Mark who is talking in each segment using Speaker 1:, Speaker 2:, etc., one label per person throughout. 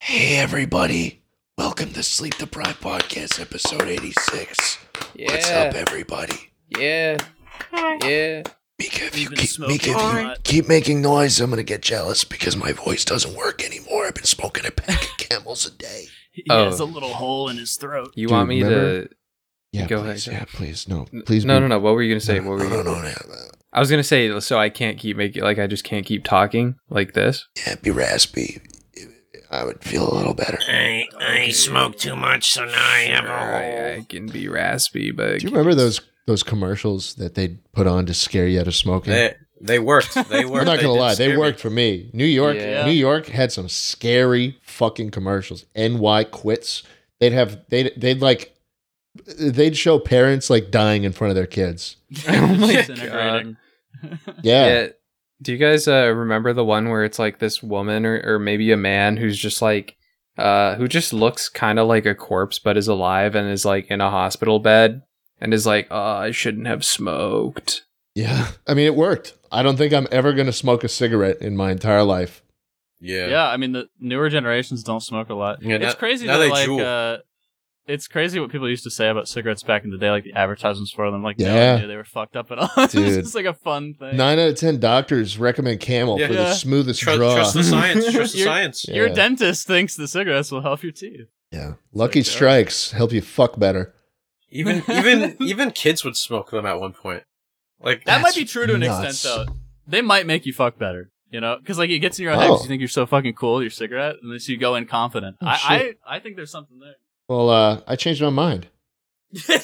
Speaker 1: Hey, everybody. Welcome to Sleep Deprived Podcast, episode 86.
Speaker 2: Yeah.
Speaker 1: What's up, everybody?
Speaker 2: Yeah. Yeah.
Speaker 1: Mika, if
Speaker 3: We've
Speaker 1: you
Speaker 3: been
Speaker 1: keep,
Speaker 3: smoking
Speaker 1: Mika, if
Speaker 3: a
Speaker 1: you
Speaker 3: lot.
Speaker 1: keep making noise, I'm going to get jealous because my voice doesn't work anymore. I've been smoking a pack of camels a day.
Speaker 3: He
Speaker 2: Oh.
Speaker 3: has a little hole in his throat.
Speaker 2: You
Speaker 4: Dude,
Speaker 2: want me
Speaker 4: remember-
Speaker 2: to?
Speaker 4: Yeah,
Speaker 2: Go
Speaker 4: please.
Speaker 2: ahead.
Speaker 4: Yeah, please. No,
Speaker 2: N-
Speaker 4: please.
Speaker 2: No,
Speaker 4: be-
Speaker 2: no, no. What were you gonna say?
Speaker 1: no,
Speaker 2: What were you?
Speaker 1: no,
Speaker 2: Gonna...
Speaker 1: no, no, no.
Speaker 2: I was gonna say so I can't keep making like I just can't keep talking like this.
Speaker 1: Yeah, it'd be raspy. I would feel a little better.
Speaker 5: I I smoke too much, so now I have
Speaker 2: I,
Speaker 5: a
Speaker 2: I
Speaker 5: hole.
Speaker 2: can be raspy, but
Speaker 4: Do you remember those those commercials that they put on to scare you out of smoking?
Speaker 6: They they worked. They worked.
Speaker 4: I'm not
Speaker 6: They
Speaker 4: gonna
Speaker 6: did
Speaker 4: lie, they
Speaker 6: scare me.
Speaker 4: worked for me. New York,
Speaker 2: Yeah.
Speaker 4: New York had some scary fucking commercials. NY quits. They'd have they they'd like they'd show parents like dying in front of their kids.
Speaker 2: oh my god.
Speaker 3: Disintegrating.
Speaker 4: Yeah,
Speaker 2: Yeah. Do you guys uh, remember the one where it's like this woman or, or maybe a man who's just like uh, who just looks kind of like a corpse but is alive and is like in a hospital bed and is like, oh, I shouldn't have smoked.
Speaker 4: yeah. I mean, it worked. I don't think I'm ever gonna smoke a cigarette in my entire life.
Speaker 6: Yeah.
Speaker 3: Yeah, I mean the newer generations don't smoke a lot.
Speaker 6: Yeah,
Speaker 3: it's
Speaker 6: now-
Speaker 3: crazy
Speaker 6: now
Speaker 3: that
Speaker 6: they
Speaker 3: like
Speaker 6: jewel.
Speaker 3: uh, it's crazy what people used to say about cigarettes back in the day, like the advertisements for them, like no
Speaker 4: Yeah.
Speaker 3: one knew they were fucked up at all. it's
Speaker 4: Dude.
Speaker 3: just like a fun thing.
Speaker 4: Nine out of ten doctors recommend Camel
Speaker 6: Yeah.
Speaker 4: for
Speaker 3: Yeah.
Speaker 4: the smoothest
Speaker 6: Trust,
Speaker 4: draw.
Speaker 6: trust the science. Trust the
Speaker 3: You're-
Speaker 6: science.
Speaker 4: Yeah.
Speaker 3: Your dentist thinks the cigarettes will help your teeth.
Speaker 4: yeah, Lucky
Speaker 3: Like, uh,
Speaker 4: Strikes help you fuck better.
Speaker 6: Even even even kids would smoke them at one point. Like
Speaker 3: That
Speaker 4: That's
Speaker 3: might be true to an
Speaker 4: nuts.
Speaker 3: extent, though. They might make you fuck better, you know, because like it gets in your own head. 'cause
Speaker 4: Oh.
Speaker 3: You think you're so fucking cool with your cigarette, and then you go in confident.
Speaker 4: Oh,
Speaker 3: I,
Speaker 4: shit.
Speaker 3: I I think there's something there.
Speaker 4: Well, uh, I changed my mind.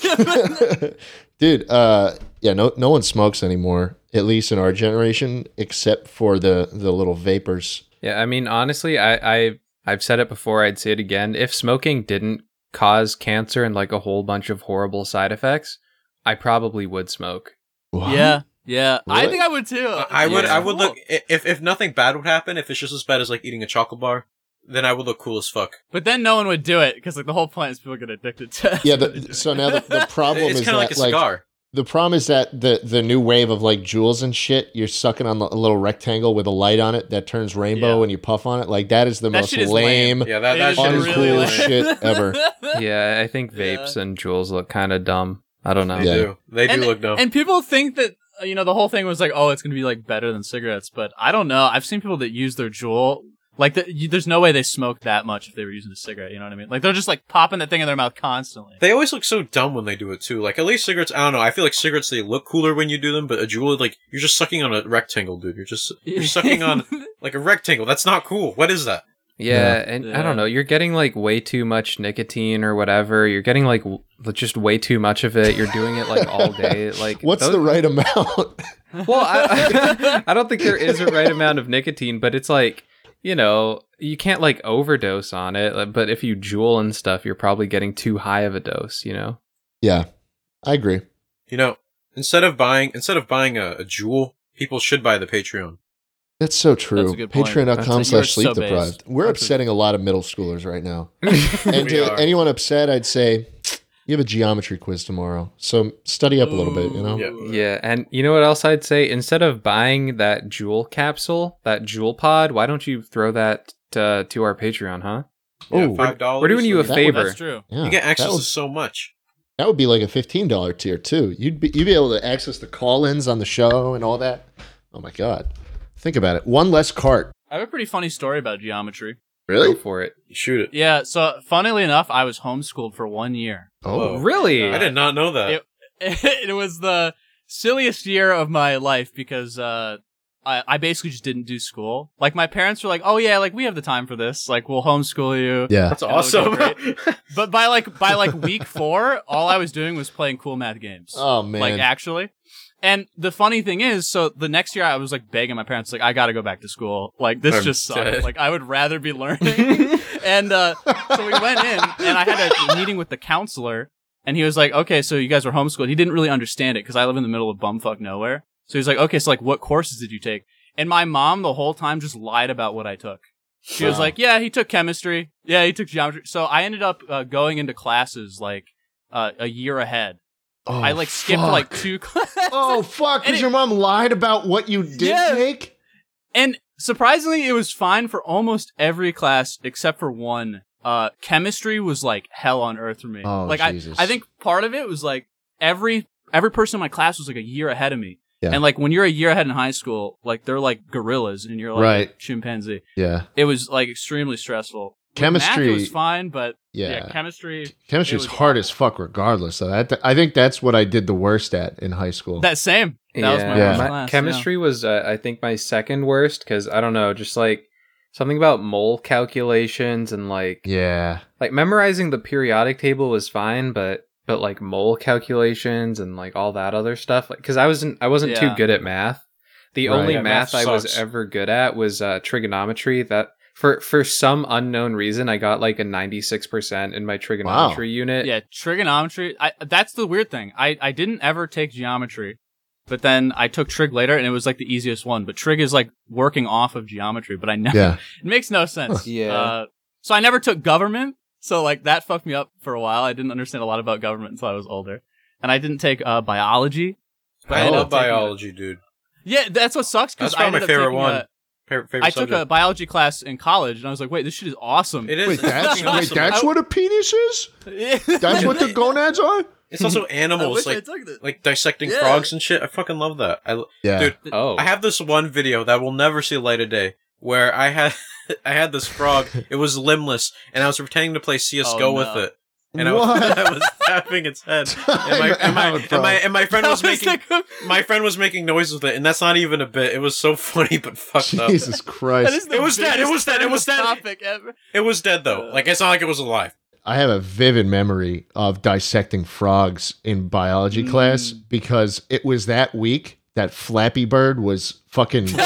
Speaker 4: Dude, uh, yeah, no, no one smokes anymore, at least in our generation, except for the the little vapors.
Speaker 2: Yeah, I mean, honestly, I, I I've said it before. I'd say it again. If smoking didn't cause cancer and like a whole bunch of horrible side effects, I probably would smoke.
Speaker 3: Yeah, yeah. I
Speaker 4: Really?
Speaker 3: think I would too.
Speaker 6: I, I would
Speaker 3: Yeah.
Speaker 6: I would look i- if if nothing bad would happen if it's just as bad as like eating a chocolate bar then I would look cool as fuck.
Speaker 3: but then no one would do it because like the whole point is people get addicted to.
Speaker 4: yeah. The, so now the, the problem
Speaker 6: it's
Speaker 4: is
Speaker 6: kind
Speaker 4: that
Speaker 6: of like a cigar.
Speaker 4: the problem is that the the new wave of like jewels and shit, you're sucking on the, a little rectangle with a light on it that turns rainbow
Speaker 3: Yeah.
Speaker 4: when you puff on it. Like that is the
Speaker 3: That
Speaker 4: most
Speaker 3: shit is
Speaker 4: lame.
Speaker 3: lame.
Speaker 6: yeah, that that
Speaker 3: It
Speaker 6: shit
Speaker 3: is
Speaker 6: is
Speaker 4: uncool
Speaker 6: really
Speaker 3: lame.
Speaker 6: lame.
Speaker 4: shit. ever.
Speaker 2: Yeah, I think vapes and jewels look kind of dumb. I don't know.
Speaker 6: They
Speaker 4: Yeah.
Speaker 6: do. They do
Speaker 3: And-
Speaker 6: look dumb.
Speaker 3: And people think that uh, you know the whole thing was like, oh, it's gonna be like better than cigarettes, but I don't know. I've seen people that use their jewel. Like the, you, there's no way they smoke that much if they were using a cigarette. You know what I mean? Like they're just like popping that thing in their mouth constantly.
Speaker 6: They always look so dumb when they do it too. Like at least cigarettes, I don't know. I feel like cigarettes they look cooler when you do them, but a jewel like you're just sucking on a rectangle, dude. You're just you're sucking on like a rectangle. That's not cool. What is that?
Speaker 2: Yeah, and I
Speaker 3: Yeah.
Speaker 2: don't know. You're getting like way too much nicotine or whatever. You're getting like w- just way too much of it. You're doing it like all day. Like
Speaker 4: What's the
Speaker 2: those-
Speaker 4: right amount?
Speaker 2: Well, I, I don't think there is a right amount of nicotine, but it's like you know you can't like overdose on it. like, But if you jewel and stuff, you're probably getting too high of a dose. You know?
Speaker 4: yeah, I agree.
Speaker 6: You know, instead of buying instead of buying a, a jewel, people should buy the Patreon.
Speaker 4: That's so true.
Speaker 3: a good point.
Speaker 4: Patreon.com
Speaker 3: That's a- you are
Speaker 4: slash
Speaker 3: so
Speaker 4: sleep
Speaker 3: based.
Speaker 4: deprived. We're
Speaker 3: That's a-
Speaker 4: upsetting a lot of middle schoolers right now. and
Speaker 6: We
Speaker 4: to
Speaker 6: are.
Speaker 4: anyone upset, I'd say you have a geometry quiz tomorrow. So study up a little bit, you know?
Speaker 6: Yeah.
Speaker 2: Yeah, and you know what else I'd say? Instead of buying that jewel capsule, that jewel pod, why don't you throw that uh, to our Patreon, huh?
Speaker 6: Yeah,
Speaker 4: Ooh.
Speaker 6: five dollars.
Speaker 2: We're doing you a
Speaker 4: That would-
Speaker 2: favor.
Speaker 3: That's true.
Speaker 4: Yeah,
Speaker 6: You get access
Speaker 4: that, would,
Speaker 6: to so much.
Speaker 4: that would be like a fifteen dollar tier too. You'd be you'd be able to access the call ins on the show and all that. Oh my god. Think about it. One less cart.
Speaker 3: I have a pretty funny story about geometry.
Speaker 2: Go for it.
Speaker 6: You shoot it.
Speaker 3: Yeah, so funnily enough, I was homeschooled for one year.
Speaker 4: Oh.
Speaker 2: Really?
Speaker 6: I did not know that.
Speaker 3: It- it was the silliest year of my life because uh, I, I basically just didn't do school. Like my parents were like, "Oh yeah, like we have the time for this. Like we'll homeschool you."
Speaker 4: Yeah.
Speaker 6: That's
Speaker 3: That was
Speaker 6: awesome.
Speaker 3: great. But by like by like week four, all I was doing was playing cool math games.
Speaker 4: Oh man.
Speaker 3: Like actually. And the funny thing is, so the next year I was like begging my parents, like, I gotta go back to school. Like this
Speaker 6: I'm
Speaker 3: just sucks.
Speaker 6: dead.
Speaker 3: Like I would rather be learning. and uh so we went in and I had a meeting with the counselor and he was like, Okay, so you guys were homeschooled. He didn't really understand it because I live in the middle of bumfuck nowhere. So he's like, Okay, so like what courses did you take? And my mom the whole time just lied about what I took. She was
Speaker 4: Wow.
Speaker 3: like, "Yeah, he took chemistry. Yeah, he took geometry." So I ended up uh, going into classes like uh, a year ahead.
Speaker 4: Oh,
Speaker 3: I like skipped
Speaker 4: fuck.
Speaker 3: like two classes,
Speaker 4: Oh fuck,
Speaker 3: And
Speaker 4: because
Speaker 3: it-
Speaker 4: your mom lied about what you did
Speaker 3: Yeah.
Speaker 4: take?
Speaker 3: and surprisingly, it was fine for almost every class except for one. Uh, chemistry was like hell on earth for me.
Speaker 4: Oh,
Speaker 3: like I,
Speaker 4: Jesus.
Speaker 3: I think part of it was like every every person in my class was like a year ahead of me.
Speaker 4: Yeah.
Speaker 3: And like when you're a year ahead in high school, like they're like gorillas and you're like
Speaker 4: Right.
Speaker 3: chimpanzee.
Speaker 4: Yeah.
Speaker 3: It was like extremely stressful. With math,
Speaker 4: Chemistry-
Speaker 3: it was fine, but yeah,
Speaker 4: Yeah.
Speaker 3: chemistry.
Speaker 4: Chemistry
Speaker 3: it
Speaker 4: is
Speaker 3: was
Speaker 4: hard as fuck, regardless. So that, I think that's what I did the worst at in high school.
Speaker 3: That same. That was my
Speaker 4: Yeah.
Speaker 3: worst
Speaker 4: My
Speaker 3: class, yeah.
Speaker 2: chemistry was, uh, I think, my second worst because I don't know, just like something about mole calculations and like
Speaker 4: yeah.
Speaker 2: like memorizing the periodic table was fine, but but like mole calculations and like all that other stuff, like because I wasn't I wasn't
Speaker 3: Yeah.
Speaker 2: too good at math. The
Speaker 4: Right.
Speaker 2: only
Speaker 6: Yeah,
Speaker 2: math,
Speaker 6: math
Speaker 2: I was
Speaker 6: sucks.
Speaker 2: ever good at was uh, trigonometry. That for for some unknown reason, I got like a ninety six percent in my trigonometry unit.
Speaker 3: yeah trigonometry I, that's the weird thing I, I didn't ever take geometry but then i took trig later and it was like the easiest one but trig is like working off of geometry but i never
Speaker 4: Yeah.
Speaker 3: it makes no sense
Speaker 2: Yeah.
Speaker 3: uh, so i never took government so like that fucked me up for a while i didn't understand a lot about government until i was older and i didn't take uh, biology but
Speaker 6: I
Speaker 3: ended
Speaker 6: love
Speaker 3: up Oh, taking a-
Speaker 6: biology, dude.
Speaker 3: yeah that's what sucks because
Speaker 6: That's probably
Speaker 3: i ended
Speaker 6: my
Speaker 3: up
Speaker 6: favorite
Speaker 3: taking
Speaker 6: one.
Speaker 3: a-
Speaker 6: Favorite, favorite
Speaker 3: I took a
Speaker 6: subject.
Speaker 3: biology class in college and i was like wait this shit is awesome
Speaker 6: It is.
Speaker 4: Wait,
Speaker 6: it's
Speaker 4: that's
Speaker 6: fucking
Speaker 4: wait,
Speaker 6: awesome.
Speaker 4: that's what a penis is. That's what the gonads are.
Speaker 6: It's also
Speaker 3: I wish
Speaker 6: animals,
Speaker 3: I
Speaker 6: like
Speaker 3: took this.
Speaker 6: like dissecting
Speaker 3: Yeah.
Speaker 6: frogs and shit. I fucking love that. I l-
Speaker 4: Yeah.
Speaker 6: dude,
Speaker 2: Oh,
Speaker 6: I have this one video that will never see light of day where I had I had this frog. it was limbless, and I was pretending to play CS:GO
Speaker 3: Oh, no.
Speaker 6: with it, and I was,
Speaker 4: What?
Speaker 6: I was tapping its head. And my, and, my,
Speaker 4: Time out,
Speaker 6: and, my, and my friend
Speaker 3: That
Speaker 6: was
Speaker 3: was
Speaker 6: making
Speaker 3: the-
Speaker 6: my friend was making noises with it, and that's not even a bit. It was so funny but fucked
Speaker 4: bro.
Speaker 6: up.
Speaker 4: Jesus Christ.
Speaker 6: It was dead, it
Speaker 3: biggest
Speaker 6: was dead, it was dead.
Speaker 3: topic ever.
Speaker 6: It was dead though. Like it's not like it was alive.
Speaker 4: I have a vivid memory of dissecting frogs in biology class because it was that week that Flappy Bird was fucking.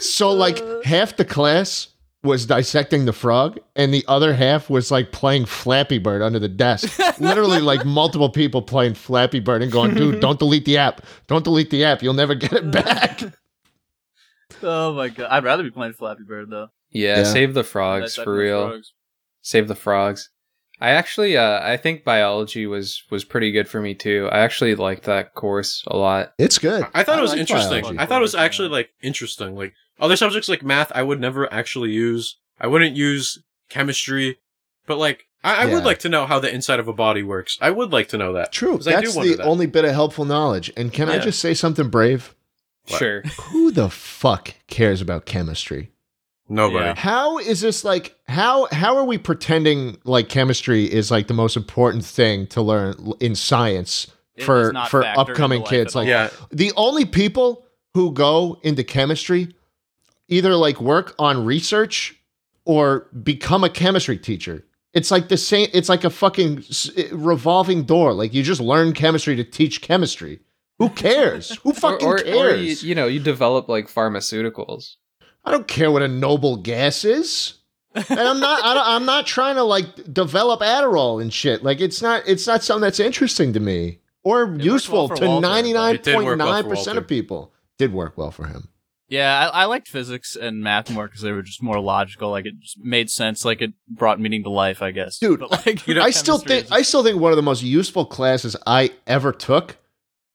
Speaker 4: so, like, half the class was dissecting the frog, and the other half was like playing Flappy Bird under the desk. Literally, like, multiple people playing Flappy Bird and going, dude, don't delete the app. Don't delete the app. You'll never get it back.
Speaker 3: Oh my god! I'd rather be playing Flappy Bird though.
Speaker 2: yeah,
Speaker 4: Yeah.
Speaker 2: Save the frogs
Speaker 3: That's
Speaker 2: for real.
Speaker 3: frogs.
Speaker 2: Save the frogs. I actually, uh, I think biology was was pretty good for me too. I actually liked that course a lot.
Speaker 4: It's good.
Speaker 6: I thought
Speaker 4: I
Speaker 6: it was
Speaker 4: like
Speaker 6: interesting.
Speaker 4: biology.
Speaker 6: I thought it was actually like interesting. Like other subjects like math, I would never actually use. I wouldn't use chemistry, but like I, I
Speaker 4: Yeah.
Speaker 6: would like to know how the inside of a body works. I would like to know that.
Speaker 4: True.
Speaker 6: 'Cause I do
Speaker 4: That's
Speaker 6: wonder
Speaker 4: the
Speaker 6: that.
Speaker 4: only bit of helpful knowledge. And can I
Speaker 6: Yeah.
Speaker 4: just say something brave?
Speaker 6: What?
Speaker 2: Sure.
Speaker 4: Who the fuck cares about chemistry?
Speaker 6: Nobody.
Speaker 3: Yeah.
Speaker 4: How is this like how how are we pretending like chemistry is like the most important thing to learn l- in science
Speaker 3: It does
Speaker 4: for
Speaker 3: not
Speaker 4: for
Speaker 3: factor
Speaker 4: upcoming
Speaker 3: into life
Speaker 4: kids
Speaker 3: at
Speaker 4: like
Speaker 3: all.
Speaker 6: Yeah.
Speaker 4: the only people who go into chemistry either like work on research or become a chemistry teacher. It's like the same it's like a fucking s- eh, revolving door. Like you just learn chemistry to teach chemistry. Who cares? Who fucking
Speaker 2: or, or,
Speaker 4: cares?
Speaker 2: or you, you know, you develop like pharmaceuticals.
Speaker 4: I don't care what a noble gas is. and I'm not. I don't, I'm not trying to like develop Adderall and shit. Like it's not. It's not something that's interesting to me or
Speaker 3: well
Speaker 4: useful
Speaker 3: for
Speaker 4: to
Speaker 3: Walter, but
Speaker 4: ninety nine
Speaker 6: it did
Speaker 4: point
Speaker 6: work well
Speaker 4: nine
Speaker 6: for
Speaker 4: percent
Speaker 6: Walter.
Speaker 4: of people. Did work well for him.
Speaker 3: yeah. I, I liked physics and math more because they were just more logical. Like it just made sense. Like it brought meaning to life. I guess,
Speaker 4: Dude,
Speaker 3: But like
Speaker 6: you know-
Speaker 4: I still
Speaker 3: chemistry
Speaker 4: think.
Speaker 3: is-
Speaker 4: I still think one of the most useful classes I ever took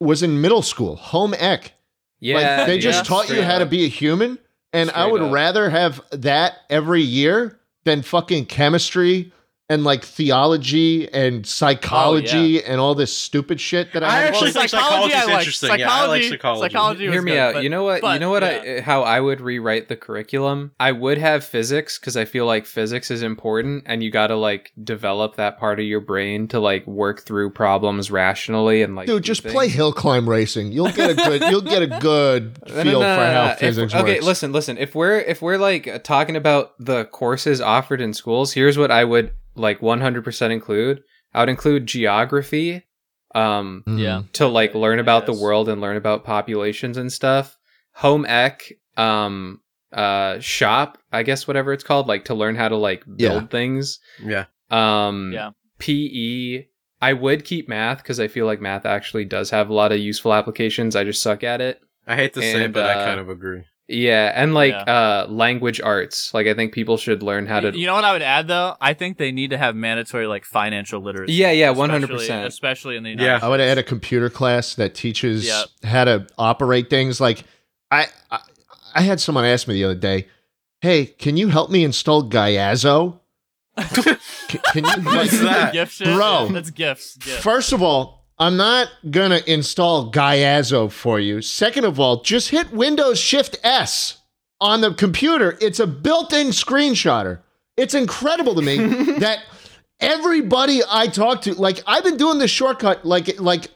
Speaker 4: was in middle school, home ec.
Speaker 2: Yeah,
Speaker 4: like they
Speaker 2: dude,
Speaker 4: just taught you
Speaker 2: straight
Speaker 4: how to
Speaker 2: up.
Speaker 4: be a human, and I
Speaker 2: Straight
Speaker 4: would
Speaker 2: up.
Speaker 4: rather have that every year than fucking chemistry and like theology and psychology
Speaker 2: Oh,
Speaker 4: and all this stupid shit that I,
Speaker 6: I
Speaker 4: had.
Speaker 6: actually
Speaker 4: Well,
Speaker 6: think psychology is interesting. Yeah, I like psychology.
Speaker 3: Psychology was
Speaker 2: Hear me
Speaker 3: good,
Speaker 2: out.
Speaker 3: but-
Speaker 2: you know what? you
Speaker 3: but,
Speaker 2: know what?
Speaker 3: yeah.
Speaker 2: I, how I would rewrite the curriculum. I would have physics because I feel like physics is important, and you got to like develop that part of your brain to like work through problems rationally and like.
Speaker 4: dude,
Speaker 2: do
Speaker 4: just
Speaker 2: things.
Speaker 4: play hill climb racing. You'll get a good. You'll get a good
Speaker 2: No,
Speaker 4: feel
Speaker 2: no, no,
Speaker 4: for
Speaker 2: no,
Speaker 4: how
Speaker 2: no. If-
Speaker 4: physics works.
Speaker 2: Okay, listen, listen. If we're if we're like uh, talking about the courses offered in schools, here's what I would like 100% include. I would include geography, um,
Speaker 4: Mm.
Speaker 3: Yeah.
Speaker 2: to like learn about the
Speaker 3: Yes.
Speaker 2: world and learn about populations and stuff. Home ec, um, uh, shop, I guess whatever it's called, like to learn how to like build
Speaker 4: Yeah.
Speaker 2: things.
Speaker 6: Yeah.
Speaker 2: Um,
Speaker 3: Yeah.
Speaker 2: PE. I would keep math because I feel like math actually does have a lot of useful applications. I just suck at it.
Speaker 6: I hate to say
Speaker 2: And,
Speaker 6: it, but
Speaker 2: uh,
Speaker 6: I kind of agree.
Speaker 2: Yeah, and like
Speaker 3: Yeah.
Speaker 2: uh language arts. Like I think people should learn how to
Speaker 3: You know what I would add though? I think they need to have mandatory like financial literacy.
Speaker 2: Yeah, yeah,
Speaker 3: especially-
Speaker 2: 100%.
Speaker 3: Especially in the United
Speaker 6: Yeah.
Speaker 4: I would add a computer class that teaches
Speaker 3: Yep.
Speaker 4: how to operate things. Like I, I, I had someone ask me the other day, "Hey, can you help me install Gaiazo?" C- can you
Speaker 6: What's that?
Speaker 3: gift shit?
Speaker 4: Bro.
Speaker 3: Yeah, that's gifts. Yeah.
Speaker 4: First of all, I'm not gonna install Gaiazo for you. Second of all, just hit Windows Shift S on the computer. It's a built-in screenshotter. It's incredible to me that everybody I talk to, like I've been doing this shortcut like like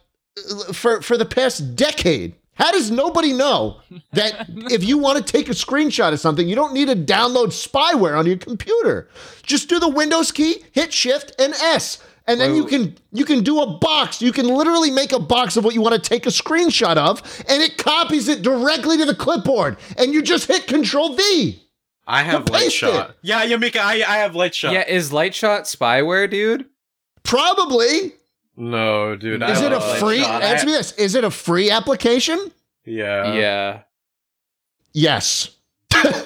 Speaker 4: for for the past decade. How does nobody know that if you want to take a screenshot of something, you don't need to download spyware on your computer? Just do the Windows key, hit Shift and S, and then you
Speaker 6: Wait,
Speaker 4: can you can do a box. You can literally make a box of what you want to take a screenshot of, and it copies it directly to the clipboard, and you just hit Control V.
Speaker 6: I have
Speaker 4: Replace
Speaker 6: light shot.
Speaker 4: it.
Speaker 6: Yeah, Yamika, I I have light shot.
Speaker 2: Yeah, is Lightshot spyware, dude?
Speaker 4: Probably
Speaker 6: No, dude. I
Speaker 4: is it
Speaker 6: don't
Speaker 4: a
Speaker 6: have light
Speaker 4: free?
Speaker 6: shot. I-
Speaker 4: Answer me this: Is it a free application?
Speaker 6: Yeah.
Speaker 2: yeah.
Speaker 4: Yes.
Speaker 6: Wait, wait,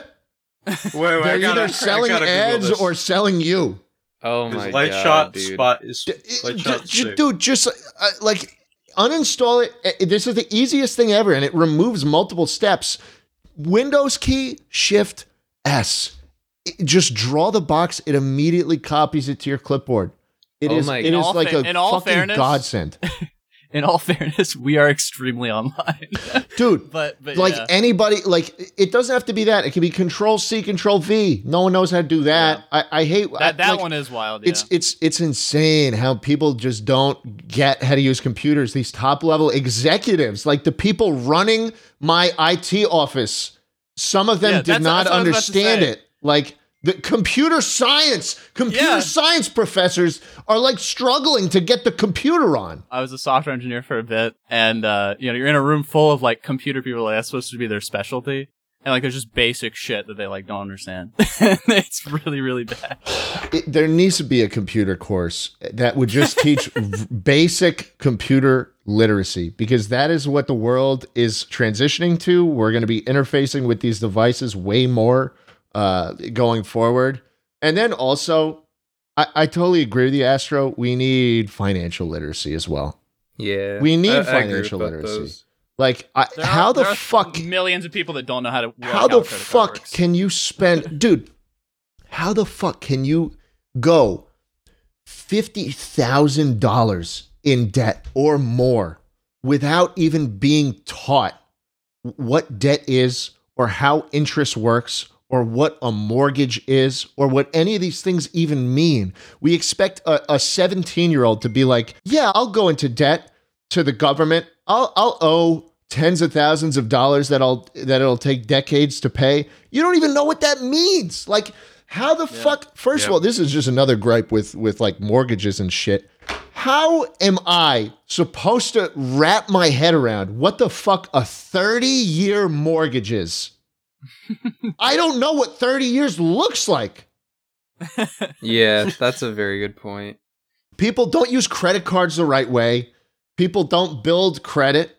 Speaker 6: I
Speaker 4: They're
Speaker 6: gotta,
Speaker 4: either selling
Speaker 6: I gotta Google
Speaker 4: ads
Speaker 6: this.
Speaker 4: or selling you.
Speaker 2: Oh
Speaker 6: There's
Speaker 2: my
Speaker 6: light
Speaker 2: god,
Speaker 6: shot
Speaker 2: dude.
Speaker 6: spot is
Speaker 4: D-
Speaker 6: light
Speaker 4: d-
Speaker 6: shot.
Speaker 4: ju-
Speaker 6: safe.
Speaker 4: dude, just uh, like uninstall it. Uh, This is the easiest thing ever, and it removes multiple steps. Windows key, Shift S. It- just draw the box. It immediately copies it to your clipboard. It
Speaker 2: Oh
Speaker 4: is.
Speaker 2: my
Speaker 4: it is
Speaker 2: God.
Speaker 3: In all
Speaker 4: like
Speaker 3: fa-
Speaker 4: a
Speaker 3: in all
Speaker 4: fucking
Speaker 3: fairness-
Speaker 4: godsend,
Speaker 3: In all fairness, we are extremely online.
Speaker 4: dude.
Speaker 3: but but
Speaker 4: like eh,
Speaker 3: yeah.
Speaker 4: anybody like it doesn't have to be that it can be control c control v no one knows how to do that I, I hate I-
Speaker 3: that that
Speaker 4: like,
Speaker 3: one is wild.
Speaker 4: It's
Speaker 3: yeah.
Speaker 4: it's it's insane how people just don't get how to use computers. These top level executives, like the people running my IT office, some of them
Speaker 3: Yeah,
Speaker 4: did
Speaker 3: that's-
Speaker 4: not
Speaker 3: that's what I was about to
Speaker 4: understand
Speaker 3: say.
Speaker 4: it. Like the computer science, computer
Speaker 3: Yeah.
Speaker 4: science professors are like struggling to get the computer on.
Speaker 3: I was a software engineer for a bit, and uh, you know, you're in a room full of like computer people. Like, that's supposed to be their specialty, and like there's just basic shit that they like don't understand. it's really really bad.
Speaker 4: It, there needs to be a computer course that would just teach v- basic computer literacy because that is what the world is transitioning to. We're going to be interfacing with these devices way more uh, going forward. And then also, I, I totally agree with you, Astro. We need financial literacy as well.
Speaker 2: Yeah.
Speaker 4: We need
Speaker 2: I- I agree with
Speaker 4: financial
Speaker 2: both
Speaker 4: literacy.
Speaker 2: those.
Speaker 4: Like, I,
Speaker 3: There
Speaker 4: how
Speaker 3: are-
Speaker 4: the
Speaker 3: there are
Speaker 4: fuck
Speaker 3: millions of people that don't know how to. Work
Speaker 4: how the
Speaker 3: out credit card
Speaker 4: fuck
Speaker 3: works.
Speaker 4: can you spend dude how the fuck can you go $50000 in debt or more without even being taught what debt is or how interest works or what a mortgage is or what any of these things even mean we expect a, a 17 year old to be like yeah i'll go into debt to the government. I'll I'll owe tens of thousands of dollars that I'll that it'll take decades to pay. You don't even know what that means. Like how the fuck first of
Speaker 6: Yeah.
Speaker 4: all, this is just another gripe with with like mortgages and shit. How am I supposed to wrap my head around what the fuck a 30-year mortgage is? I don't know what 30 years looks like.
Speaker 2: Yeah, that's a very good point.
Speaker 4: people don't use credit cards the right way people don't build credit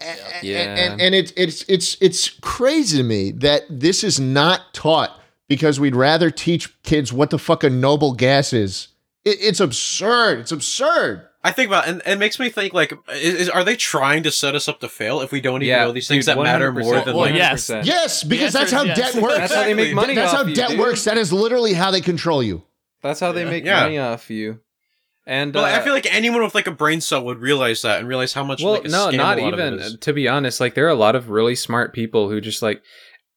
Speaker 4: A- a-
Speaker 2: Yeah.
Speaker 4: and, and, it's it's it's it's crazy to me that this is not taught because we'd rather teach kids what the fuck a noble gas is it, it's absurd it's absurd
Speaker 6: I think about and it makes me think like is, is are they trying to set us up to fail if we don't even
Speaker 2: yeah,
Speaker 6: know these things
Speaker 2: dude,
Speaker 6: that matter more
Speaker 2: 100%.
Speaker 6: than
Speaker 3: Well,
Speaker 6: like
Speaker 3: yeah. yes.
Speaker 2: 100%.
Speaker 4: yes because
Speaker 3: The
Speaker 4: that's
Speaker 3: answer
Speaker 4: how
Speaker 3: is yes.
Speaker 4: debt works
Speaker 2: That's how they make money
Speaker 4: that's
Speaker 2: off
Speaker 4: how
Speaker 2: you,
Speaker 4: debt
Speaker 2: dude.
Speaker 4: works that is literally how they control you
Speaker 2: That's how they make
Speaker 6: Yeah.
Speaker 2: money off you. And
Speaker 6: But like,
Speaker 2: uh,
Speaker 6: I feel like anyone with like a brain cell would realize that and realize how much
Speaker 2: well,
Speaker 6: like a
Speaker 2: no,
Speaker 6: scam
Speaker 2: not
Speaker 6: a lot of it is.
Speaker 2: even. To be honest, like there are a lot of really smart people who just like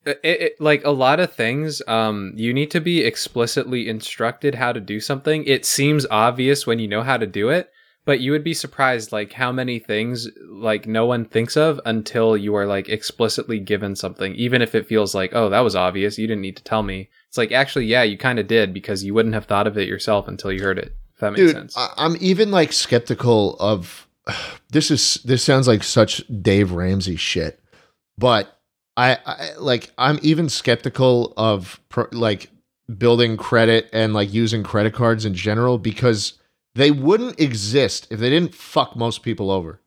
Speaker 2: uh, it, it, like a lot of things. Um, you need to be explicitly instructed how to do something. It seems obvious when you know how to do it, but you would be surprised like how many things like no one thinks of until you are like explicitly given something. Even if it feels like, oh, that was obvious. You didn't need to tell me. It's like actually, yeah, you kind of did because you wouldn't have thought of it yourself until you heard it. If that makes
Speaker 4: Dude,
Speaker 2: sense.
Speaker 4: I, I'm even like skeptical of this is this sounds like such Dave Ramsey shit, but I, I like I'm even skeptical of pro, like building credit and like using credit cards in general because they wouldn't exist if they didn't fuck most people over.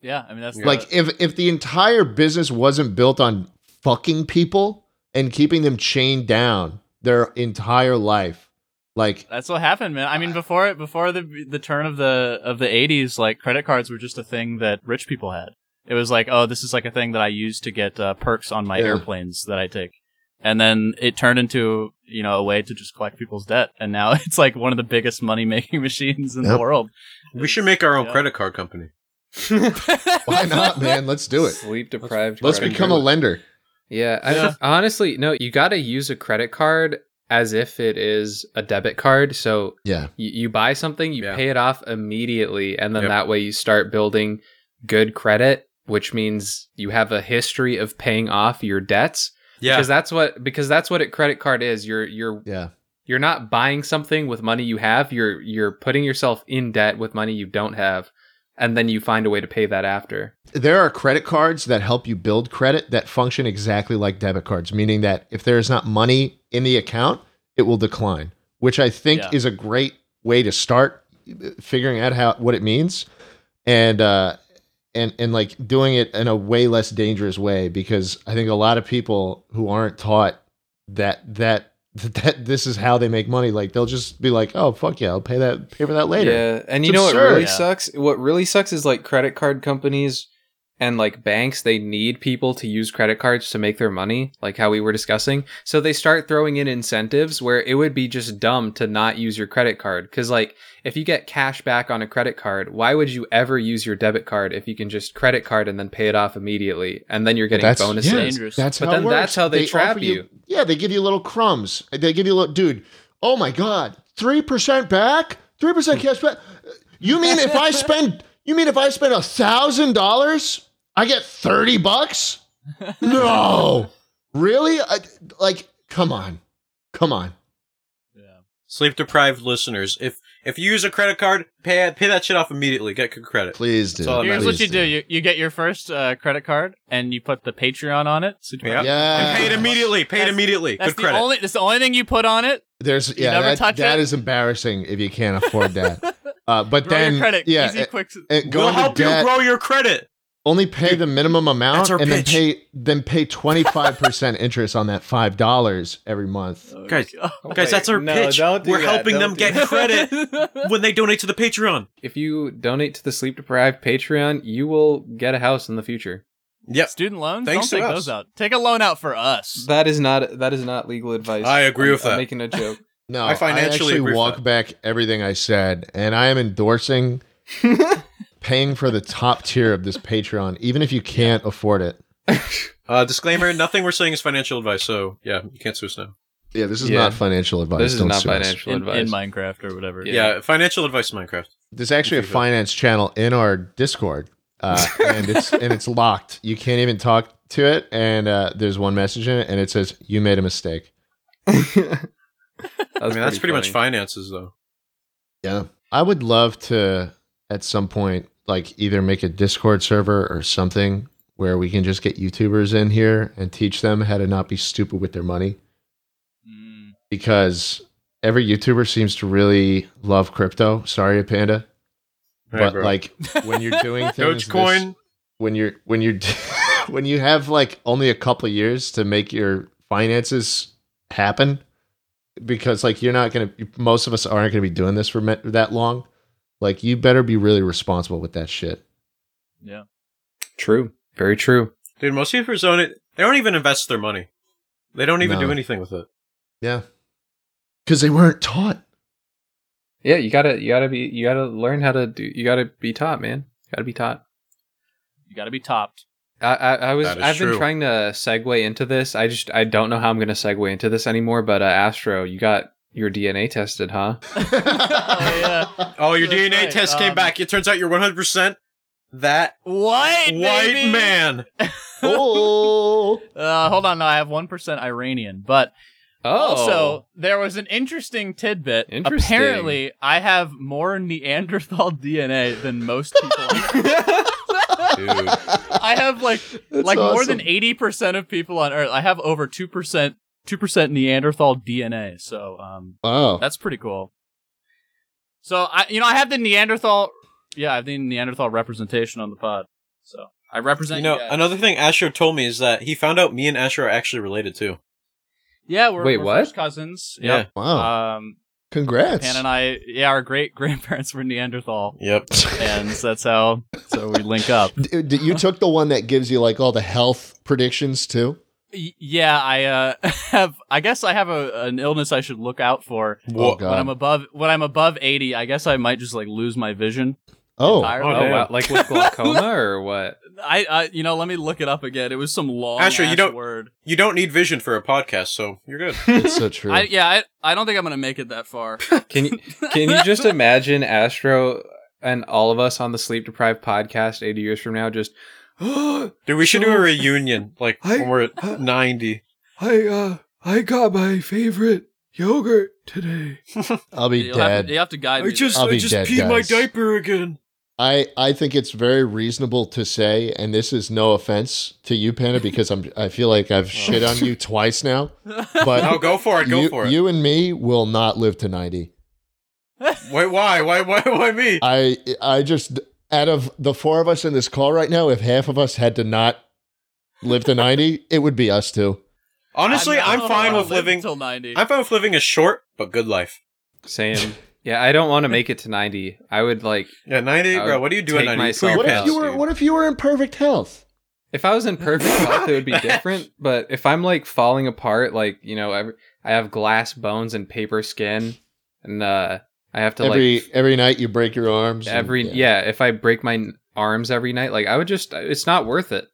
Speaker 3: Yeah, I mean that's
Speaker 4: Like
Speaker 3: the-
Speaker 4: if if the entire business wasn't built on fucking people and keeping them chained down their entire life, like
Speaker 3: That's what happened, man.
Speaker 4: Uh,
Speaker 3: I mean, before before the the turn of the of the eighties, like credit cards were just a thing that rich people had, It was like, oh, this is like a thing that I use to get uh, perks on my
Speaker 4: Yeah.
Speaker 3: airplanes that I take. And then it turned into, you know, a way to just collect people's debt. And now it's like one of the biggest money making machines in the
Speaker 1: Yep.
Speaker 3: world.
Speaker 6: We should make our own
Speaker 3: Yeah.
Speaker 6: credit card company.
Speaker 4: Why not, man? Let's do it.
Speaker 2: Sleep deprived.
Speaker 4: Let's
Speaker 2: credit
Speaker 4: become a
Speaker 2: card.
Speaker 4: lender.
Speaker 2: Yeah, I,
Speaker 3: Yeah.
Speaker 2: Honestly, no. You got to use a credit card as if it is a debit card. So
Speaker 4: Yeah.
Speaker 2: you, you buy something, you
Speaker 6: Yeah.
Speaker 2: pay it off immediately, and then
Speaker 6: Yep.
Speaker 2: that way you start building good credit, which means you have a history of paying off your debts.
Speaker 6: Yeah.
Speaker 2: Because that's what because that's what a credit card is. You're you're
Speaker 4: Yeah.
Speaker 2: you're not buying something with money you have. You're you're putting yourself in debt with money you don't have, and then you find a way to pay that after.
Speaker 4: There are credit cards that help you build credit that function exactly like debit cards, meaning that if there is not money in the account, it will decline, which I think
Speaker 3: Yeah.
Speaker 4: is a great way to start uh, figuring out how what it means and uh and and like doing it in a way less dangerous way because I think a lot of people who aren't taught that that that this is how they make money like they'll just be like, "Oh, fuck yeah, I'll pay that pay for that later."
Speaker 2: Yeah, and
Speaker 4: It's
Speaker 2: you know
Speaker 4: absurd.
Speaker 2: what really
Speaker 3: Yeah.
Speaker 2: sucks? What really sucks is like credit card companies and like banks. They need people to use credit cards to make their money, like how we were discussing. So they start throwing in incentives where it would be just dumb to not use your credit card because like if you get cash back on a credit card, why would you ever use your debit card if you can just credit card and then pay it off immediately and then you're getting
Speaker 4: That's-
Speaker 2: bonuses?
Speaker 4: yeah,
Speaker 3: Dangerous.
Speaker 4: That's
Speaker 2: But
Speaker 4: how it
Speaker 2: then
Speaker 4: works.
Speaker 2: that's how they
Speaker 4: offer
Speaker 2: trap you.
Speaker 4: Yeah, they give you little crumbs. They give you a little, dude. Oh my god, three percent back, three percent cash back. You mean if I spend? You mean if I spend a thousand dollars, I get thirty bucks? No, really? I, like, come on, come on.
Speaker 3: Yeah.
Speaker 6: Sleep deprived listeners, if if you use a credit card, pay pay that shit off immediately. Get good credit.
Speaker 4: Please do.
Speaker 6: That's all that
Speaker 3: Here's what
Speaker 4: Please
Speaker 3: you do. You, you get your first uh, credit card and you put the Patreon on it. So
Speaker 6: Yeah.
Speaker 4: Yeah,
Speaker 6: And pay it immediately. Pay it
Speaker 3: That's-
Speaker 6: immediately.
Speaker 3: That's
Speaker 6: Good
Speaker 3: the
Speaker 6: credit.
Speaker 3: only. That's the only thing you put on it.
Speaker 4: There's
Speaker 3: You
Speaker 4: yeah,
Speaker 3: never
Speaker 4: that,
Speaker 3: touch
Speaker 4: that
Speaker 3: it?
Speaker 4: is embarrassing if you can't afford that. uh, but
Speaker 3: Grow
Speaker 4: then
Speaker 3: your credit.
Speaker 4: yeah,
Speaker 3: Easy,
Speaker 4: it-
Speaker 3: quick.
Speaker 4: it-
Speaker 6: we'll
Speaker 4: going to
Speaker 6: help you
Speaker 4: debt-
Speaker 6: grow your credit.
Speaker 4: only pay the minimum amount
Speaker 6: that's our
Speaker 4: and then
Speaker 6: pitch.
Speaker 4: pay then pay 25% interest on that $5 every month.
Speaker 3: Oh
Speaker 6: Guys, Guys, that's our
Speaker 2: no,
Speaker 6: pitch.
Speaker 2: don't do
Speaker 6: We're
Speaker 2: that.
Speaker 6: helping
Speaker 2: Don't
Speaker 6: them
Speaker 2: do
Speaker 6: get
Speaker 2: that.
Speaker 6: credit when they donate to the Patreon.
Speaker 2: If you donate to the sleep deprived Patreon, you will get a house in the future.
Speaker 6: Yep.
Speaker 3: Student loans.
Speaker 6: Thanks
Speaker 3: Don't
Speaker 6: to
Speaker 3: take
Speaker 6: us.
Speaker 3: those out. Take a loan out for us.
Speaker 2: That is not that is not legal advice.
Speaker 6: I agree
Speaker 2: I'm-
Speaker 6: with
Speaker 2: I'm
Speaker 6: that.
Speaker 2: making a joke.
Speaker 4: No,
Speaker 6: I financially
Speaker 4: actually
Speaker 6: agree with
Speaker 4: walk
Speaker 6: that.
Speaker 4: back everything I said and I am endorsing paying for the top tier of this Patreon even if you can't afford it.
Speaker 6: Uh, disclaimer: Nothing we're saying is financial advice. So yeah, you can't sue us now.
Speaker 4: Yeah, this is
Speaker 2: Yeah.
Speaker 4: not financial advice.
Speaker 2: this is
Speaker 4: Don't
Speaker 2: not
Speaker 4: sue us.
Speaker 2: financial
Speaker 3: In,
Speaker 2: advice.
Speaker 3: in Minecraft or whatever.
Speaker 6: Yeah, financial advice, in Minecraft.
Speaker 4: There's actually a finance channel in our Discord, uh, and it's and it's locked. You can't even talk to it. And uh, there's one message in it, and it says, "You made a mistake."
Speaker 2: That
Speaker 6: I
Speaker 2: was
Speaker 6: mean, that's pretty much
Speaker 2: funny.
Speaker 6: finances, though.
Speaker 4: Yeah. I would love to at some point like either make a Discord server or something where we can just get YouTubers in here and teach them how to not be stupid with their money
Speaker 3: Mm.
Speaker 4: because every YouTuber seems to really love crypto. Sorry, Panda.
Speaker 6: Hey,
Speaker 4: but
Speaker 6: bro.
Speaker 4: like when you're doing things this-
Speaker 6: Dogecoin.
Speaker 4: when you're when you're when you have like only a couple of years to make your finances happen because like you're not going to most of us aren't going to be doing this for me- that long like you better be really responsible with that shit
Speaker 3: Yeah.
Speaker 2: True. Very true.
Speaker 6: Dude, most YouTubers don't. It. They don't even invest their money. They don't even
Speaker 4: No.
Speaker 6: do anything with it.
Speaker 4: yeah cuz they weren't taught
Speaker 2: Yeah, you gotta you gotta be you gotta learn how to do you gotta be taught, man. gotta be taught.
Speaker 3: You got to be topped.
Speaker 2: I, I, I was
Speaker 6: That is
Speaker 2: I've
Speaker 6: true.
Speaker 2: been trying to segue into this. I just I don't know how I'm gonna segue into this anymore, but uh, Astro, you got your DNA tested, huh?
Speaker 3: Oh yeah.
Speaker 6: Oh, your
Speaker 3: That's
Speaker 6: DNA
Speaker 3: right,
Speaker 6: test came
Speaker 3: um,
Speaker 6: back. It turns out you're 100 percent that
Speaker 3: White
Speaker 6: white
Speaker 3: baby!
Speaker 6: man.
Speaker 4: oh
Speaker 3: Uh, hold on, no, I have one percent Iranian, but
Speaker 2: Oh
Speaker 3: also there was an interesting tidbit.
Speaker 2: Interesting.
Speaker 3: Apparently, I have more Neanderthal DNA than most people.
Speaker 6: Dude,
Speaker 3: I have like
Speaker 4: That's
Speaker 3: like more than
Speaker 4: awesome.
Speaker 3: eighty percent of people on Earth. I have over two percent two percent Neanderthal DNA. So um,
Speaker 4: wow
Speaker 3: that's pretty cool. So I, you know, I have the Neanderthal. Yeah, I have the Neanderthal representation on the pod. So I represent.
Speaker 6: you
Speaker 3: You
Speaker 6: know,
Speaker 3: guys.
Speaker 6: another thing Asher told me is that he found out me and Asher are actually related too.
Speaker 3: Yeah, we're,
Speaker 2: Wait,
Speaker 3: we're
Speaker 2: what?
Speaker 3: first cousins.
Speaker 6: Yeah. Oh.
Speaker 3: Yep.
Speaker 4: wow
Speaker 3: Um,
Speaker 4: Congrats.
Speaker 3: Pan and I, yeah, our great grandparents were Neanderthal,
Speaker 6: Yep.
Speaker 3: and so that's how so we link up.
Speaker 4: D- d- you took the one that gives you like all the health predictions too.
Speaker 3: Y- yeah, I uh, have. I guess I have a, an illness I should look out for.
Speaker 4: Oh
Speaker 6: Wha-
Speaker 3: When
Speaker 4: god.
Speaker 3: I'm above when I'm above eighty, I guess I might just like lose my vision.
Speaker 4: oh,
Speaker 3: entirely.
Speaker 2: Oh,
Speaker 6: Oh, damn.
Speaker 2: wow. Like with glaucoma or what?
Speaker 3: I, I, you know, let me look it up again. It was some long
Speaker 6: Asher, you
Speaker 3: ass
Speaker 6: don't-
Speaker 3: word.
Speaker 6: You don't need vision for a podcast, so you're good.
Speaker 4: it's so true.
Speaker 3: I, yeah, I, I don't think I'm gonna make it that far.
Speaker 2: Can you can you just imagine Astro and all of us on the sleep deprived podcast 80 years from now just I
Speaker 6: Dude, we should do a reunion, like
Speaker 2: I-
Speaker 6: when we're at ninety.
Speaker 2: uh I got my favorite yogurt today.
Speaker 4: I'll be
Speaker 3: You'll have,
Speaker 4: dead.
Speaker 3: to, you have to guide me. there.
Speaker 4: I'll be dead, guys.
Speaker 6: again.
Speaker 4: I I think it's very reasonable to say, and this is no offense to you, Panda, because I'm I feel like I've shit on you twice now, but
Speaker 6: Uh, No, go for it. Oh, Go
Speaker 4: you,
Speaker 6: for it.
Speaker 4: you and me will not live to ninety.
Speaker 6: Wait, why? Why? Why? Why me?
Speaker 4: I I just out of the four of us in this call right now, if half of us had to not live to ninety, it would be us two.
Speaker 6: Honestly,
Speaker 3: not- I
Speaker 6: I'm,
Speaker 3: don't
Speaker 6: fine
Speaker 3: wanna
Speaker 6: with
Speaker 3: live
Speaker 6: living.
Speaker 3: until ninety.
Speaker 6: I'm fine with living a short but good life.
Speaker 2: Same. Yeah, I don't want to make it to 90. I would like
Speaker 6: Yeah, ninety,
Speaker 2: I
Speaker 6: bro.
Speaker 2: would
Speaker 6: What do you do at
Speaker 2: take
Speaker 6: ninety? You
Speaker 2: myself
Speaker 6: poo your
Speaker 4: What if
Speaker 6: pants,
Speaker 4: you were
Speaker 6: dude.
Speaker 4: What if you were in perfect health?
Speaker 2: If I was in perfect health, it would be different. But if I'm like falling apart, like you know, every, I have glass bones and paper skin, and uh, I have to
Speaker 4: every
Speaker 2: like f-
Speaker 4: every night you break your arms. and-
Speaker 2: every yeah. If I break my n- arms every night, like I would just, it's not worth it.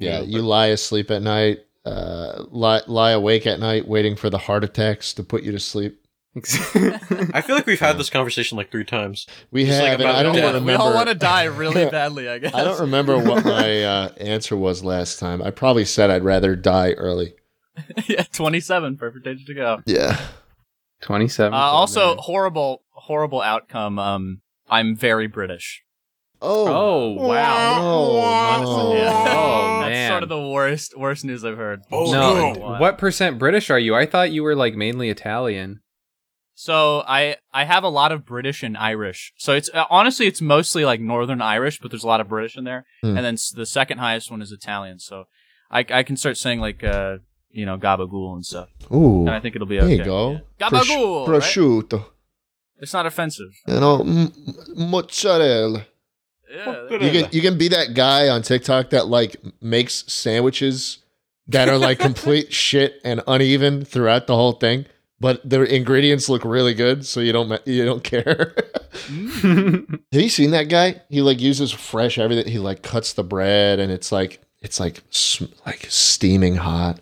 Speaker 4: yeah,
Speaker 6: Yeah,
Speaker 4: you lie asleep at night, uh, lie lie awake at night waiting for the heart attacks to put you to sleep.
Speaker 6: I feel like we've had this conversation like three times.
Speaker 4: We
Speaker 6: Just like
Speaker 4: have, and
Speaker 6: about
Speaker 4: I don't
Speaker 6: death.
Speaker 4: want to
Speaker 6: Yeah,
Speaker 3: we
Speaker 4: remember.
Speaker 3: all want to die really badly, I guess.
Speaker 4: I don't remember what my uh, answer was last time. I probably said I'd rather die early.
Speaker 3: yeah, 27, perfect age to go.
Speaker 4: Yeah.
Speaker 2: Twenty-seven.
Speaker 3: Uh, also, horrible, horrible outcome. Um, I'm very British.
Speaker 4: Oh.
Speaker 2: oh wow.
Speaker 4: Oh, no.
Speaker 2: Oh,
Speaker 3: That's
Speaker 2: man.
Speaker 3: sort of the worst, worst news I've heard.
Speaker 6: Oh,
Speaker 2: no,
Speaker 6: no.
Speaker 2: what percent British are you? I thought you were like mainly Italian.
Speaker 3: So I, I have a lot of British and Irish. So it's uh, honestly, it's mostly like Northern Irish, but there's a lot of British in there.
Speaker 4: Hmm.
Speaker 3: And then s- the second highest one is Italian. So I, I can start saying like, uh, you know, gabagool and stuff.
Speaker 4: Ooh.
Speaker 3: And I think it'll be
Speaker 4: There
Speaker 3: okay.
Speaker 4: you go.
Speaker 3: Yeah.
Speaker 4: Prosci-
Speaker 3: Gabagool. right?
Speaker 4: prosciutto.
Speaker 3: It's not offensive.
Speaker 4: You know, m- m- mozzarella.
Speaker 3: Yeah.
Speaker 4: You can you can be that guy on TikTok that like makes sandwiches that are like complete shit and uneven throughout the whole thing, but their ingredients look really good, so you don't ma- you don't care. Have you seen that guy? He like uses fresh everything. He like cuts the bread, and it's like it's like sm- like steaming hot.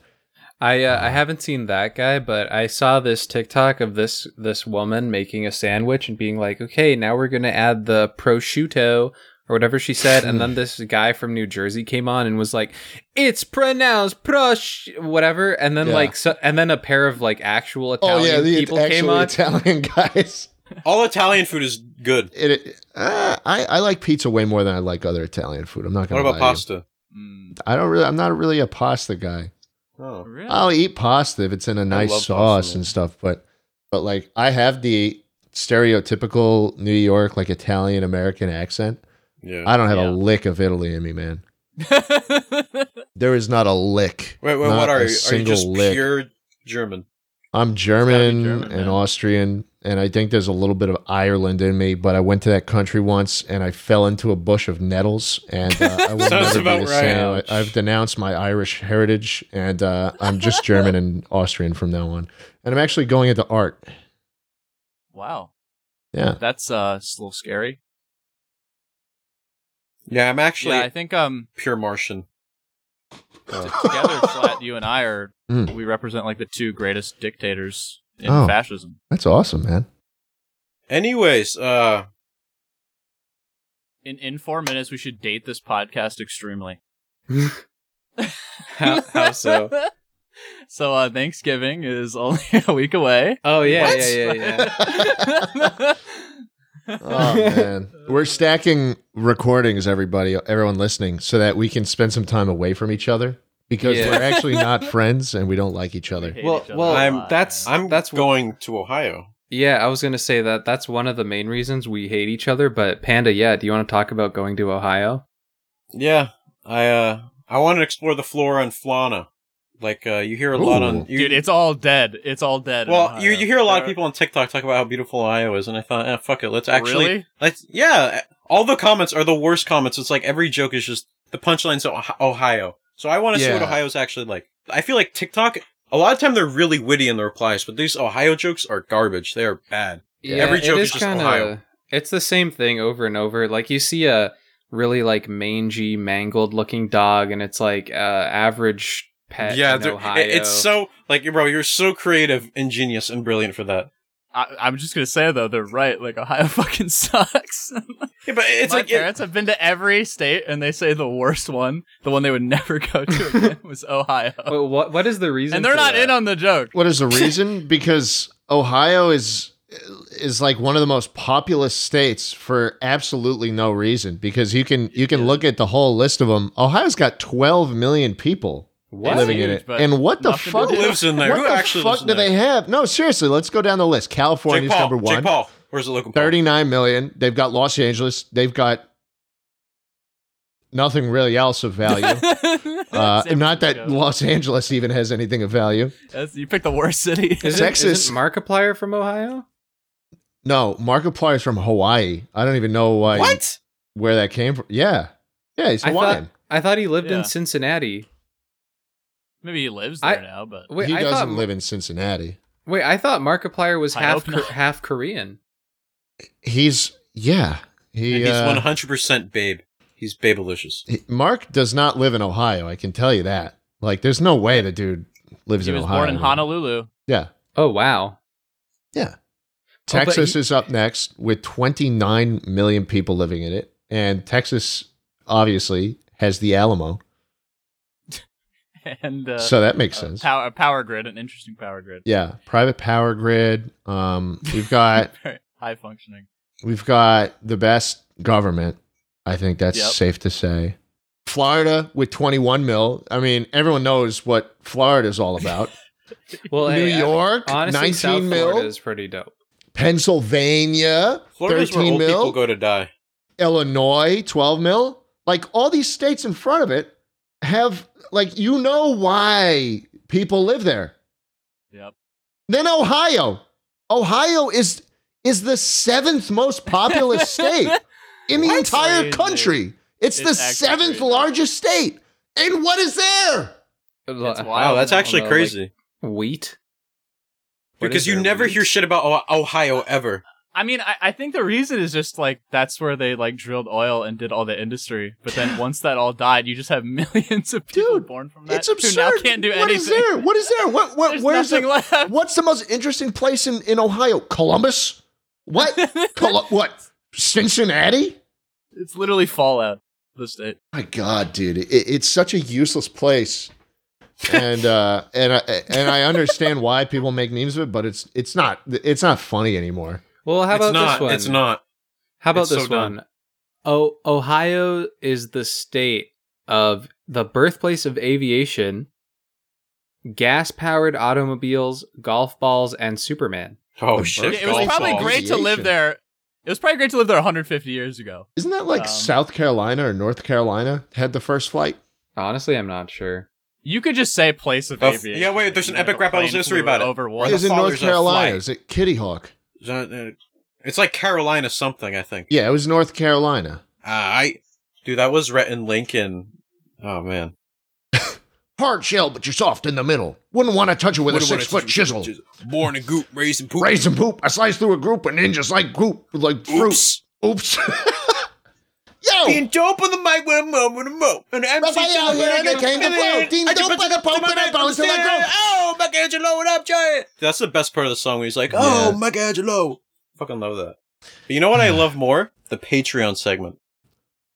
Speaker 2: I uh, I haven't seen that guy, but I saw this TikTok of this this woman making a sandwich and being like, "Okay, now we're gonna add the prosciutto or whatever she said," and then this guy from New Jersey came on and was like, "It's pronounced prosh whatever," and then
Speaker 4: Yeah.
Speaker 2: like so, and then a pair of like actual Italian
Speaker 4: oh yeah, the
Speaker 2: people
Speaker 4: actually
Speaker 2: came on.
Speaker 4: Italian guys.
Speaker 6: All Italian food is good.
Speaker 4: It, it- uh, I I like pizza way more than I like other Italian food. I'm not
Speaker 6: What
Speaker 4: gonna.
Speaker 6: about
Speaker 4: lie to you.
Speaker 6: pasta?
Speaker 3: Mm,
Speaker 4: I don't really. I'm not really a pasta guy.
Speaker 6: Oh,
Speaker 3: really?
Speaker 4: I'll eat pasta if it's in a nice
Speaker 6: love
Speaker 4: sauce
Speaker 6: pasta, man.
Speaker 4: and stuff, but but like I have the stereotypical New York like Italian American accent.
Speaker 6: yeah.
Speaker 4: I don't have
Speaker 3: Yeah.
Speaker 4: a lick of Italy in me, man. There is not a lick.
Speaker 6: Wait, wait.
Speaker 4: Not
Speaker 6: What
Speaker 4: a
Speaker 6: are you? Are you
Speaker 4: single
Speaker 6: just
Speaker 4: lick.
Speaker 6: pure German?
Speaker 4: I'm
Speaker 3: It's
Speaker 4: German,
Speaker 3: gotta be German,
Speaker 4: and
Speaker 3: man.
Speaker 4: Austrian, and I think there's a little bit of Ireland in me. But I went to that country once, and I fell into a bush of nettles, and uh, I will
Speaker 6: Sounds
Speaker 4: never be the
Speaker 6: about right.
Speaker 4: same.
Speaker 6: Ouch.
Speaker 4: I, I've denounced my Irish heritage, and uh, I'm just German and Austrian from now on. And I'm actually going into art.
Speaker 3: wow.
Speaker 4: Yeah,
Speaker 3: That's uh, it's a little scary.
Speaker 6: Yeah, I'm actually
Speaker 3: yeah, I think um,
Speaker 6: pure Martian.
Speaker 4: uh.
Speaker 3: together, Flat, you and I are
Speaker 4: Mm.
Speaker 3: we represent like the two greatest dictators in
Speaker 4: Oh.
Speaker 3: fascism.
Speaker 4: that's awesome, man.
Speaker 6: Anyways, uh,
Speaker 3: In in four minutes, we should date this podcast extremely.
Speaker 2: How- how so?
Speaker 3: So uh, Thanksgiving is only a week away.
Speaker 2: Oh yeah, yeah, yeah, yeah.
Speaker 4: Oh man, we're stacking recordings, everybody, everyone listening, so that we can spend some time away from each other because
Speaker 2: Yeah.
Speaker 4: we're actually not friends and we don't like each other.
Speaker 3: hate
Speaker 2: Well-
Speaker 3: each other
Speaker 2: well,
Speaker 3: a
Speaker 6: I'm-
Speaker 3: lot,
Speaker 2: that's-
Speaker 3: man.
Speaker 6: I'm
Speaker 2: That's-
Speaker 6: going to Ohio.
Speaker 2: Yeah, I was gonna say that that's one of the main reasons we hate each other. But Panda, yeah, do you want to talk about going to Ohio?
Speaker 6: Yeah, I uh, I want to explore the flora and fauna. Like uh, you hear a lot on
Speaker 4: Ooh.
Speaker 6: you,
Speaker 3: Dude, it's all dead. It's all dead. in
Speaker 6: well,
Speaker 3: Ohio.
Speaker 6: you, you hear a lot of
Speaker 3: They're-
Speaker 6: people on TikTok talk about how beautiful Ohio is, and I thought, eh, fuck it, let's actually
Speaker 3: Really?
Speaker 6: let's yeah. All the comments are the worst comments. It's like every joke is just the punchline's Oh- Ohio. So I want to see what
Speaker 4: Yeah.
Speaker 6: Ohio's actually like. I feel like TikTok. A lot of time they're really witty in the replies, but these Ohio jokes are garbage. They are bad. every joke is just Ohio.
Speaker 2: It's the same thing over and over. Like you see a really like mangy, mangled looking dog, and it's like uh, average pet.
Speaker 6: yeah,
Speaker 2: in
Speaker 6: they're-
Speaker 2: Ohio.
Speaker 6: it- it's so like, bro, you're so creative, ingenious, and brilliant for that.
Speaker 3: I, I'm just gonna say though, they're right. Like Ohio fucking sucks.
Speaker 6: Yeah, but it's
Speaker 3: My
Speaker 6: like it-
Speaker 3: parents have been to every state, and they say the worst one, the one they would never go to again, was Ohio.
Speaker 2: But what what is the reason?
Speaker 3: and they're
Speaker 2: for
Speaker 3: not
Speaker 2: that?
Speaker 3: in on the joke.
Speaker 4: What is the reason? because Ohio is is like one of the most populous states for absolutely no reason. Because you can you can look at the whole list of them. Ohio's got 12 million people
Speaker 2: What?
Speaker 4: living in
Speaker 3: huge,
Speaker 4: it.
Speaker 3: but
Speaker 4: And what the
Speaker 3: nothing to
Speaker 4: fuck
Speaker 6: who lives in there?
Speaker 4: What
Speaker 6: who
Speaker 4: the
Speaker 6: actually
Speaker 4: fuck
Speaker 6: lives in
Speaker 4: do
Speaker 6: there?
Speaker 4: they have? No, seriously, let's go down the list.
Speaker 6: Jake
Speaker 4: California's
Speaker 6: Paul.
Speaker 4: number one.
Speaker 6: Jake Paul. Where's the local? Paul?
Speaker 4: 39 million. They've got Los Angeles. They've got nothing really else of value. uh,
Speaker 3: San
Speaker 4: not that
Speaker 3: Francisco.
Speaker 4: Los Angeles even has anything of value.
Speaker 3: That's- you picked the worst city.
Speaker 2: Isn't,
Speaker 4: Texas.
Speaker 2: isn't Markiplier from Ohio?
Speaker 4: No, Markiplier is from Hawaii. I don't even know why,
Speaker 6: What?
Speaker 4: where that came from. Yeah. Yeah, he's
Speaker 2: I thought-
Speaker 4: Hawaiian.
Speaker 2: I thought he lived
Speaker 3: Yeah.
Speaker 2: in Cincinnati.
Speaker 3: Maybe he lives there
Speaker 2: I-
Speaker 3: now, but
Speaker 2: Wait,
Speaker 4: he
Speaker 2: I
Speaker 4: doesn't
Speaker 2: thought
Speaker 4: live in Cincinnati.
Speaker 2: wait, I thought Markiplier was
Speaker 3: I
Speaker 2: half
Speaker 3: hope not.
Speaker 2: Ko- half Korean.
Speaker 4: He's, yeah. He,
Speaker 6: And he's
Speaker 4: uh,
Speaker 6: one hundred percent babe. He's babelicious.
Speaker 4: he- Mark does not live in Ohio. I can tell you that. Like, there's no way the dude lives
Speaker 3: he
Speaker 4: in
Speaker 3: was
Speaker 4: Ohio.
Speaker 3: born in Honolulu.
Speaker 4: Yeah.
Speaker 2: Oh wow.
Speaker 4: Yeah.
Speaker 2: Oh, but
Speaker 4: Texas
Speaker 2: he-
Speaker 4: is up next with 29 million people living in it. And Texas obviously has the Alamo.
Speaker 3: And uh,
Speaker 4: so that makes
Speaker 3: a
Speaker 4: sense.
Speaker 3: Power, a power grid, an interesting power grid.
Speaker 4: yeah. Private power grid. Um, we've got
Speaker 3: Very high functioning.
Speaker 4: we've got the best government. I think that's
Speaker 3: Yep.
Speaker 4: safe to say. Florida with 21 mil. I mean, everyone knows what Florida's all about.
Speaker 2: Well,
Speaker 4: New
Speaker 2: hey, I-
Speaker 4: York,
Speaker 2: honestly,
Speaker 4: 19
Speaker 2: South
Speaker 4: mil.
Speaker 2: Florida is pretty dope.
Speaker 4: Pennsylvania,
Speaker 6: Florida's where
Speaker 4: 13
Speaker 6: old people
Speaker 4: mil.
Speaker 6: go to die.
Speaker 4: Illinois, 12 mil. Like all these states in front of it have, like, you know why people live there.
Speaker 3: Yep.
Speaker 4: Then Ohio. Ohio is is the seventh most populous state in the
Speaker 3: What?
Speaker 4: entire
Speaker 3: Crazy.
Speaker 4: country. It's,
Speaker 3: It's
Speaker 4: the
Speaker 3: actually
Speaker 4: seventh
Speaker 3: crazy.
Speaker 4: largest state. And what is there?
Speaker 3: It's
Speaker 2: L-
Speaker 6: Wow,
Speaker 3: wild.
Speaker 6: that's
Speaker 2: I don't
Speaker 6: actually
Speaker 2: know, like,
Speaker 6: crazy.
Speaker 2: wheat. What
Speaker 6: because
Speaker 2: is
Speaker 6: you
Speaker 2: there,
Speaker 6: never
Speaker 2: wheat?
Speaker 6: hear shit about o- Ohio ever.
Speaker 3: I mean, I, I think the reason is just like that's where they like drilled oil and did all the industry. But then once that all died, you just have millions of people
Speaker 4: Dude,
Speaker 3: born from that
Speaker 4: it's
Speaker 3: who
Speaker 4: absurd.
Speaker 3: now can't do anything.
Speaker 4: What is there? What is there? What what
Speaker 3: There's
Speaker 4: where's
Speaker 3: nothing
Speaker 4: the,
Speaker 3: left.
Speaker 4: What's the most interesting place in, in Ohio? Columbus? What? Col- what? Cincinnati?
Speaker 3: It's literally Fallout. The state.
Speaker 4: My God, dude, it, it's such a useless place, and uh, and I, and I understand why people make memes of it, but it's it's not it's not funny anymore.
Speaker 2: Well, how
Speaker 6: it's
Speaker 2: about
Speaker 6: not.
Speaker 2: this one?
Speaker 6: It's not.
Speaker 2: How about
Speaker 6: it's
Speaker 2: this
Speaker 6: so dumb.
Speaker 2: one? Oh, Ohio is the state of the birthplace of aviation, gas-powered automobiles, golf balls, and Superman.
Speaker 6: Oh
Speaker 4: The
Speaker 6: shit!
Speaker 4: birth-
Speaker 3: it was
Speaker 6: golf
Speaker 3: probably
Speaker 6: balls.
Speaker 3: great to live
Speaker 4: Aviation.
Speaker 3: there. It was probably great to live there 150 years ago.
Speaker 4: Isn't that like
Speaker 3: Um,
Speaker 4: South Carolina or North Carolina had the first flight?
Speaker 2: Honestly, I'm not sure.
Speaker 3: You could just say place of
Speaker 6: Oh, f-
Speaker 3: aviation.
Speaker 6: yeah, wait, there's an
Speaker 3: Like
Speaker 6: epic
Speaker 3: a
Speaker 6: rap
Speaker 3: plane
Speaker 6: battle's history
Speaker 3: flew
Speaker 6: about it.
Speaker 3: Over
Speaker 6: Where
Speaker 4: It
Speaker 6: the
Speaker 4: was
Speaker 3: one.
Speaker 4: in
Speaker 6: father's
Speaker 4: North
Speaker 6: a flight.
Speaker 4: Carolina. Is it Kitty Hawk?
Speaker 6: Uh, It's like Carolina something. I think.
Speaker 4: Yeah, it was North Carolina.
Speaker 6: Uh, I dude, that was Rhett and Lincoln. Oh man,
Speaker 4: Hard shell, but you're soft in the middle. Wouldn't want to touch it with a
Speaker 6: Would've wanted
Speaker 4: six
Speaker 6: to
Speaker 4: foot
Speaker 6: do-
Speaker 4: chisel.
Speaker 6: Born a goop, raised in poop.
Speaker 4: Raise and poop. I slice through a group of ninjas like group like fruits.
Speaker 6: Oops.
Speaker 4: Oops. Yo.
Speaker 6: Being dope on the mic with a mo, with a mo. And MC
Speaker 4: Raphael,
Speaker 6: Silver,
Speaker 4: here
Speaker 6: and
Speaker 4: they
Speaker 6: a-
Speaker 4: came to
Speaker 6: and
Speaker 4: blow.
Speaker 6: a-
Speaker 4: Dean
Speaker 6: I just
Speaker 4: Dope
Speaker 6: put
Speaker 4: and a
Speaker 6: the
Speaker 4: pope
Speaker 6: mic
Speaker 4: and a
Speaker 6: on
Speaker 4: bounce
Speaker 6: the
Speaker 4: and a
Speaker 6: stand.
Speaker 4: grope.
Speaker 6: Oh, Michelangelo, what up, giant? That's the best part of the song. Where he's like,
Speaker 4: Yeah.
Speaker 6: "Oh, Michelangelo." Fucking love that. But you know what I love more? The Patreon segment.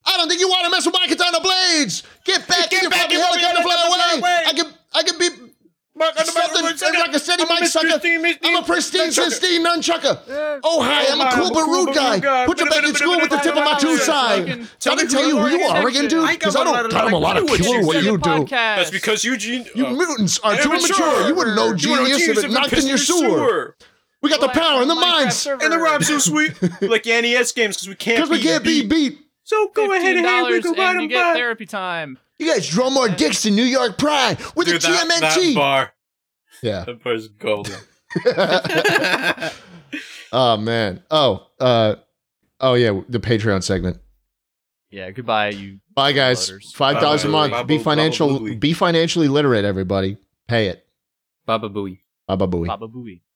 Speaker 4: I don't think you want to mess with my katana blades. Get back
Speaker 6: Get
Speaker 4: in your
Speaker 6: back
Speaker 4: fucking
Speaker 6: in your
Speaker 4: helicopter
Speaker 6: fucking
Speaker 4: flying away.
Speaker 6: way.
Speaker 4: I can, I can be
Speaker 6: Mark
Speaker 4: on the Something microphone, sucker. like I said, he I'm a might Mr. sucker. Christine, I'm a pristine, pristine nunchucker. Oh, hi, I'm a
Speaker 6: hi,
Speaker 4: cool but rude guy. Put your
Speaker 6: Bit
Speaker 4: back
Speaker 6: of- bit
Speaker 4: in
Speaker 6: of-
Speaker 4: school
Speaker 6: bit
Speaker 4: with the
Speaker 6: of-
Speaker 4: tip of my
Speaker 6: bit of-
Speaker 4: two
Speaker 6: bit of-
Speaker 4: side.
Speaker 3: Fucking-
Speaker 4: Tell me, tell you who you are again, dude, because I don't tell them a lot of clue what you do.
Speaker 6: That's because Eugene.
Speaker 4: You
Speaker 6: uh,
Speaker 4: mutants are too
Speaker 6: immature.
Speaker 4: mature. You wouldn't know
Speaker 6: You wouldn't
Speaker 4: genius if it knocked in
Speaker 6: pissed
Speaker 4: your sewer. We got the power and the minds,
Speaker 6: And the rhyme's so sweet. like the NES games, because we can't
Speaker 4: because we
Speaker 6: be
Speaker 4: can't be beat.
Speaker 6: So go ahead and hey, we go buy
Speaker 3: and you
Speaker 6: them
Speaker 3: get
Speaker 6: back.
Speaker 3: therapy time.
Speaker 4: You guys draw more dicks in New York Pride with
Speaker 6: Dude,
Speaker 4: a TMNT.
Speaker 6: that, that bar,
Speaker 4: yeah.
Speaker 6: that bar's golden.
Speaker 4: oh man. Oh. Uh. Oh yeah. The Patreon segment.
Speaker 3: Yeah, goodbye, you.
Speaker 4: Bye guys.
Speaker 3: Voters.
Speaker 4: Five dollars a
Speaker 6: Bye,
Speaker 4: month.
Speaker 6: Louie.
Speaker 4: be
Speaker 6: Baba-
Speaker 4: financial.
Speaker 6: Baba Louie.
Speaker 4: be financially literate, everybody. Pay it.
Speaker 2: Baba Booey.
Speaker 4: Baba booey.
Speaker 3: Baba Booey.